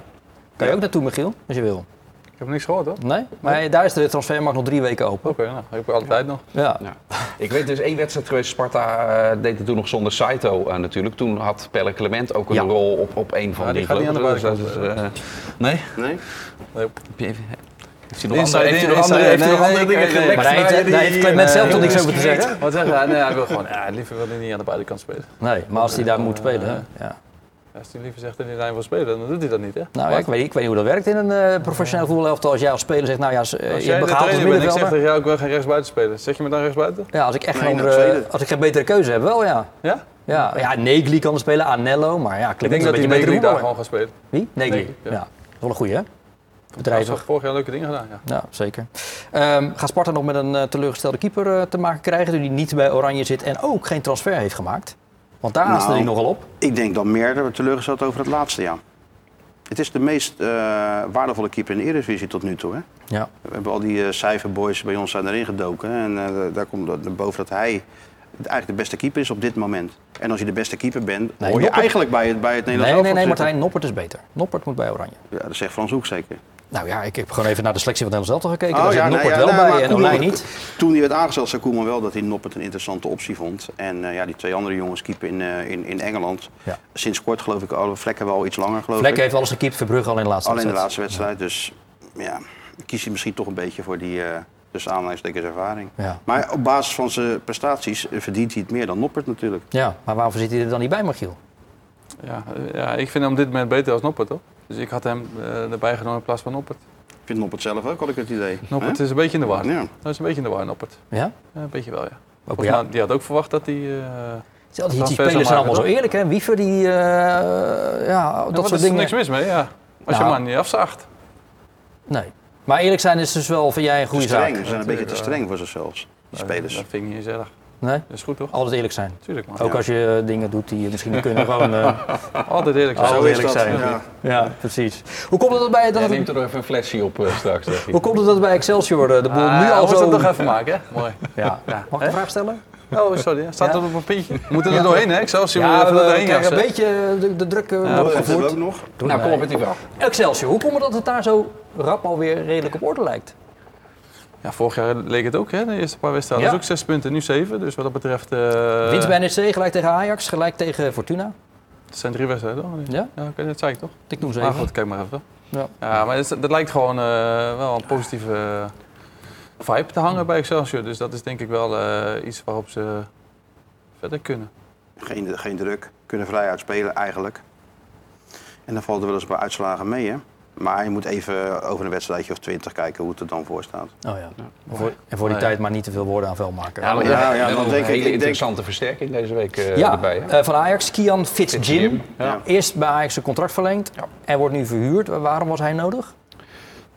Kan je ook naartoe, Michiel, als je wil. Ik heb niks gehoord, hoor. Oké, Nee? Maar daar is de transfermarkt nog drie weken open. nou, heb ik altijd nog. Ja. Ja. Ik weet, er is één wedstrijd geweest. Sparta eh, deed het toen nog zonder Saito eh, natuurlijk. Toen had Pelle Clement ook een Ja. rol op, op een van Ja, die die gaat niet aan de geloof ik. buitenkant, Dus dat is, eh, nee? Nee? Heb je even- Heeft hij nog Inside andere, heeft hij nog in, andere, inside heeft hij nog in. andere Nee, nee, dingen nee. gelekt? Maar daar heeft, daar heeft Clement zelf toch niks over te zeggen? Wat zeg jij? Nee, hij wil gewoon... Ja, liever wil hij niet aan de buitenkant spelen. Nee, maar als hij daar moet spelen. Eh, hè? Ja. Als hij liever zegt dat hij daarin wil spelen, dan doet hij dat niet, hè? Nou ja, ik weet, ik weet niet hoe dat werkt in een eh, professioneel voetbalelftal. Als jij als speler zegt, nou ja, s- eh, Als je jij hebt de me gehaald als trainer bent en ik middenvelder. zeg tegen jou, ik wil geen rechtsbuiten spelen. Zeg je me dan rechtsbuiten? Ja, als ik echt Nee, geen naar andere- tweede. als ik geen betere keuze heb, wel ja. Ja? Ja, ja Negli kan er spelen, Anello, maar ja, Ik Clement denk is een dat beetje hij beter Negri daar voetballer. gewoon gaat spelen. Wie? Negli, Negri, ja. ja. Dat is wel een goeie, hè? Bedrijvig. Ze vorig jaar leuke dingen gedaan, ja. Ja, zeker. Ehm, gaat Sparta nog met een eh, teleurgestelde keeper eh, te maken krijgen, die niet bij Oranje zit en ook geen transfer heeft gemaakt? Want daar haastte Nou. hij nogal op. Ik denk dat meer teleurgesteld over het laatste jaar. Het is de meest eh, waardevolle keeper in de Eredivisie tot nu toe. Hè? Ja. We hebben al die eh cijferboys bij ons zijn erin gedoken. En eh, daar komt dat- boven dat hij eigenlijk de beste keeper is op dit moment. En als je de beste keeper bent, Nee, hoor je Noppert- eigenlijk bij het, bij het Nederlands Nee, nee, nee, elftal te Martijn, Noppert is beter. Noppert moet bij Oranje. zitten. Ja, dat zegt Frans Hoek zeker. Nou ja, ik heb gewoon even naar de selectie van Nederland zelf gekeken. Oh, Daar ja, zit nee, Noppert ja, wel nee, maar bij en Koeman- Olij niet. Toen hij werd aangesteld, zei Koeman wel dat hij Noppert een interessante optie vond. En eh, ja, die twee andere jongens keepen in, eh, in, in Engeland. Ja. Sinds kort geloof ik, al- Vlekken wel iets langer geloof Vlek ik. heeft alles gekiept, Verbrugge alleen de laatste Alleen de wedstrijd. laatste wedstrijd. Dus ja, kies je misschien toch een beetje voor die eh dus aanleidingstekens ervaring. Ja. Maar op basis van zijn prestaties eh, verdient hij het meer dan Noppert natuurlijk. Ja, maar waarom zit hij er dan niet bij, Michiel? Ja, eh, ja. Ik vind hem op dit moment beter als Noppert, hoor. Dus ik had hem eh, erbij genomen in plaats van Noppert. Ik vind Noppert zelf ook, had ik het idee. Noppert is een beetje in de war. Hè? Ja. Dat is een beetje in de war, Noppert. Ja? Ja, een beetje wel, ja. Ook bij Volgens mij, jou? die had ook verwacht dat hij... eh, Die, die transfer spelers zijn zou allemaal maken, zo eerlijk, hè? Wiever, die... eh, ja, Ja, dat maar soort is er dingen. niks mis mee, ja. Als Nou. je maar niet afzaagt. Nee. Maar eerlijk zijn is dus wel, vind jij, een goede Te streng. zaak? Ze zijn een beetje te Natuurlijk, ja. streng voor zichzelf, die spelers. Dat vind ik niet eens erg. Nee? Dat is goed, toch? Altijd eerlijk zijn. Tuurlijk, man. Ook Ja. als je eh, dingen doet die je misschien niet kunnen. Gewoon, eh, Altijd eerlijk zijn. Zo Zo eerlijk is dat. zijn. Oh, Ja. ja, precies. Hoe komt het dat bij, dat Jij het- neemt er nog even een flesje op eh, straks. zeg je. hoe komt het dat bij Excelsior eh, de boel Ah, nu we al moeten zo... het nog even maken, hè? Mooi. Ja. Mag ik een vraag stellen? Oh, sorry. hè. Staat Ja. er op een papiertje. We moeten er doorheen, hè? Ik zou zien Ja, even we doorheen krijgen jassen. een beetje de, de druk eh, Dat hebben we opgevoerd. ook nog. nou, kom op met die vraag. Excelsior, hoe komt het dat het daar zo rap alweer redelijk op orde lijkt? Ja, vorig jaar leek het ook, hè? De eerste paar wedstrijden. Ja. Dat is ook zes punten, nu zeven. Dus wat dat betreft... eh, Winst bij NEC, gelijk tegen Ajax, gelijk tegen Fortuna. Het zijn drie wedstrijden, hoor. Ja? Ja, oké, dat zei ik toch? Ik noem ze Maar even. goed, kijk maar even. Ja. Ja, maar het is- dat lijkt gewoon eh, wel een positieve eh, vibe te hangen bij Excelsior. Dus dat is denk ik wel eh, iets waarop ze verder kunnen. Geen, geen druk. Kunnen vrij uitspelen eigenlijk. En dan valt er wel eens een paar uitslagen mee, hè. Maar je moet even over een wedstrijdje of twintig kijken hoe het er dan voor staat. Oh ja. En voor, en voor die Nee. tijd maar niet te veel woorden aan vuil maken. Oh, Ja, maar Ja, ja, ja, dat dat denk een ik. Ik hele denk- interessante versterking deze week eh, Ja, erbij. hè? eh, van Ajax, Kian Fitzjim. Fitzjim, ja. Eerst bij Ajax zijn contract verlengd Ja. en wordt nu verhuurd. Wa- Waarom was hij nodig?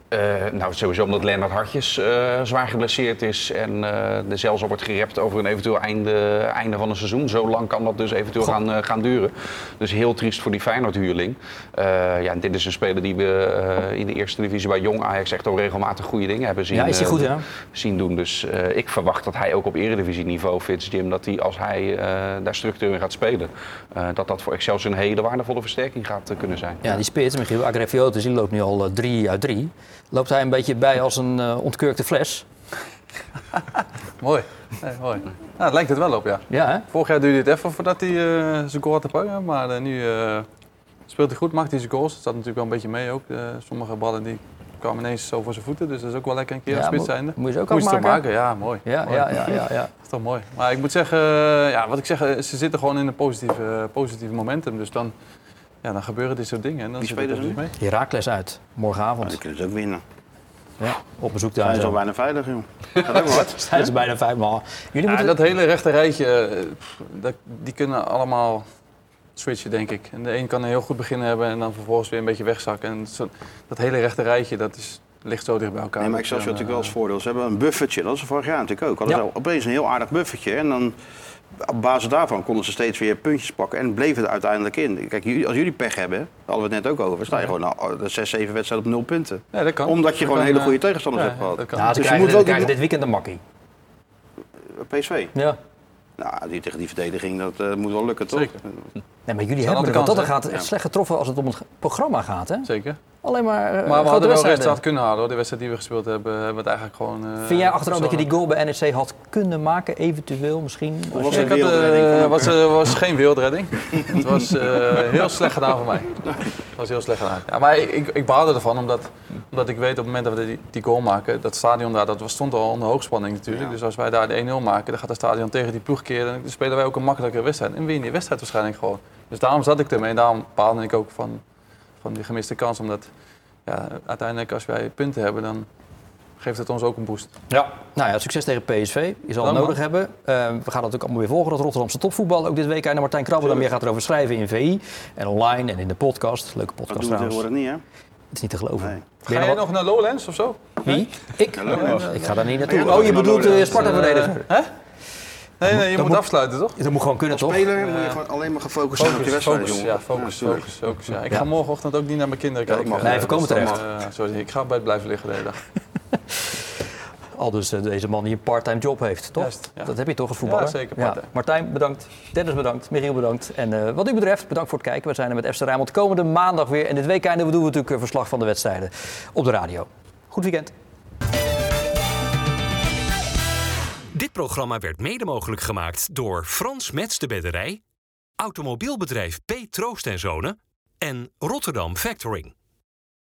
Eh, nou, sowieso omdat Lennart Hartjes eh, zwaar geblesseerd is en eh, er zelfs al wordt gerept over een eventueel einde, einde van een seizoen. Zo lang kan dat dus eventueel gaan, eh, gaan duren. Dus heel triest voor die Feyenoord-huurling. Eh, ja, en dit is een speler die we eh, in de eerste divisie bij Jong Ajax echt al regelmatig goede dingen hebben zien, Ja, is hij eh, goed, ja? zien doen. Dus eh, ik verwacht dat hij ook op eredivisieniveau, Fitz Jim, dat hij als hij eh, daar structuur in gaat spelen, eh, dat dat voor Excelsior een hele waardevolle versterking gaat eh, kunnen zijn. Ja, die spits, Michiel Agrefiotis, die loopt nu al eh, drie uit drie. Loopt hij een beetje bij als een eh, ontkurkte fles? Mooi. Nee, mooi. Nou, het lijkt het wel op, ja. Ja, hè? Vorig jaar duurde het even voordat hij eh, zijn goal had te pakken. Maar eh, nu eh, speelt hij goed, maakt hij zijn goals. Dat staat natuurlijk wel een beetje mee ook. Eh, sommige ballen die kwamen ineens zo voor zijn voeten. Dus dat is ook wel lekker een keer Ja, als spits moet- zijnde. moet je ze ook Moest het afmaken? maken, ja, mooi. Ja, mooi. ja, ja, ja, ja. Dat is toch mooi. Maar ik moet zeggen, eh, ja, wat ik zeg, eh, ze zitten gewoon in een positieve, eh, positieve momentum. Dus dan, ja, dan gebeuren dit soort dingen. En dan Wie zit het spelen ze er dus mee. Herakles uit, Maar dan morgenavond. kunnen ze ook winnen. Ja, op bezoek Hij daar. is al zo. bijna veilig, joh. Gaat ook wel wat. Hij is bijna vijf man. Jullie Ja, moeten... dat hele rechte rijtje, eh, pff, dat, die kunnen allemaal switchen, denk ik. En de een kan een heel goed begin hebben en dan vervolgens weer een beetje wegzakken. En zo- dat hele rechte rijtje, dat is, ligt zo dicht bij elkaar. Nee, maar Dat Excelsior je had natuurlijk wel dan, eh, als voordeel. Ze hebben een buffertje, dat was er vorig jaar natuurlijk ook. Hadden Ja. ze opeens een heel aardig buffertje. En dan op basis daarvan konden ze steeds weer puntjes pakken en bleven er uiteindelijk in. Kijk, jullie- als jullie pech hebben, daar hadden we het net ook over, sta je gewoon nou, de 6, 7 wedstrijden op nul punten. eh, ja, dat kan. Omdat je gewoon kan, hele eh, goede tegenstanders ja, hebt gehad. dat kan. Nou, ze Dus je krijgen, moet ze wel krijgen die- dit weekend een makkie. PSV. Ja. Nou, die tegen die verdediging, dat eh, moet wel lukken, toch? Zeker. Nee, maar jullie hebben Zijn altijd er, want dat er kansen, hè? gaat echt slecht getroffen als het om het programma gaat, hè? Zeker. Alleen maar, eh, Maar we grote hadden wel wedstrijden. resultaat kunnen halen hoor. De wedstrijd die we gespeeld hebben, hebben we het eigenlijk gewoon... eh, Vind jij achteraf dat je zo- die goal bij NEC had kunnen maken, eventueel misschien? Als was je- Ik het? had, eh, Wereldredding van hem. was, eh, was geen wereldredding. het was eh, heel slecht gedaan voor mij. Het was heel slecht gedaan. Ja, maar ik, ik, ik baalde ervan, omdat, omdat ik weet op het moment dat we die, die goal maken... dat stadion daar, dat was, stond al onder hoogspanning natuurlijk. Ja. Dus als wij daar de 1-0 maken, dan gaat het stadion tegen die ploeg keren... en dan spelen wij ook een makkelijkere wedstrijd. En win je die wedstrijd waarschijnlijk gewoon. Dus daarom zat ik ermee en daarom baalde ik ook van, van die gemiste kans. Omdat ja, uiteindelijk als wij punten hebben, dan geeft het ons ook een boost. Ja. Nou ja, succes tegen PSV. Je zal het Dank, nodig hebben. Eh, we gaan dat natuurlijk allemaal weer volgen, dat Rotterdamse topvoetbal. Ook dit week aan Martijn Krabbe. Dan meer gaat erover schrijven in VI en online en in de podcast. Leuke Dat podcast doen we trouwens. tegenwoordig niet, hè? is niet te geloven. Nee. Ben je nou Ga jij nog- nog naar Lowlands of zo? Wie? Ik? Lowlands. Ik ga daar niet Ja, naartoe. Lowlands. Oh, je bedoelt de Lowlands. Sparta-verdediger. Nee, nee je moet moet- afsluiten, toch? eh, Dat moet gewoon kunnen, toch? Speler moet je gewoon alleen maar gefocust zijn op die wedstrijd, focus, jongen. ja, focus, Ja, focus, focus. Ja. Ik Ja. ga morgenochtend ook niet naar mijn kinderen Ja, dat kijken. mag. Nee, voorkomen dat terecht. mag. Eh, sorry, ik ga bij het blijven liggen de hele dag. Al dus eh, deze man die een parttime job heeft, toch? Juist, ja. Dat heb je toch als voetballer? Ja, zeker, parttime. Martijn, bedankt. Dennis, bedankt. Michiel, bedankt. En eh, wat u betreft, bedankt voor het kijken. We zijn er met FC Rijnmond komende maandag weer. En dit weekend doen we natuurlijk eh, verslag van de wedstrijden op de radio. Goed weekend. Dit programma werd mede mogelijk gemaakt door Frans Mets de Bedderij, Automobielbedrijf P. Troost en Zonen en Rotterdam Factoring.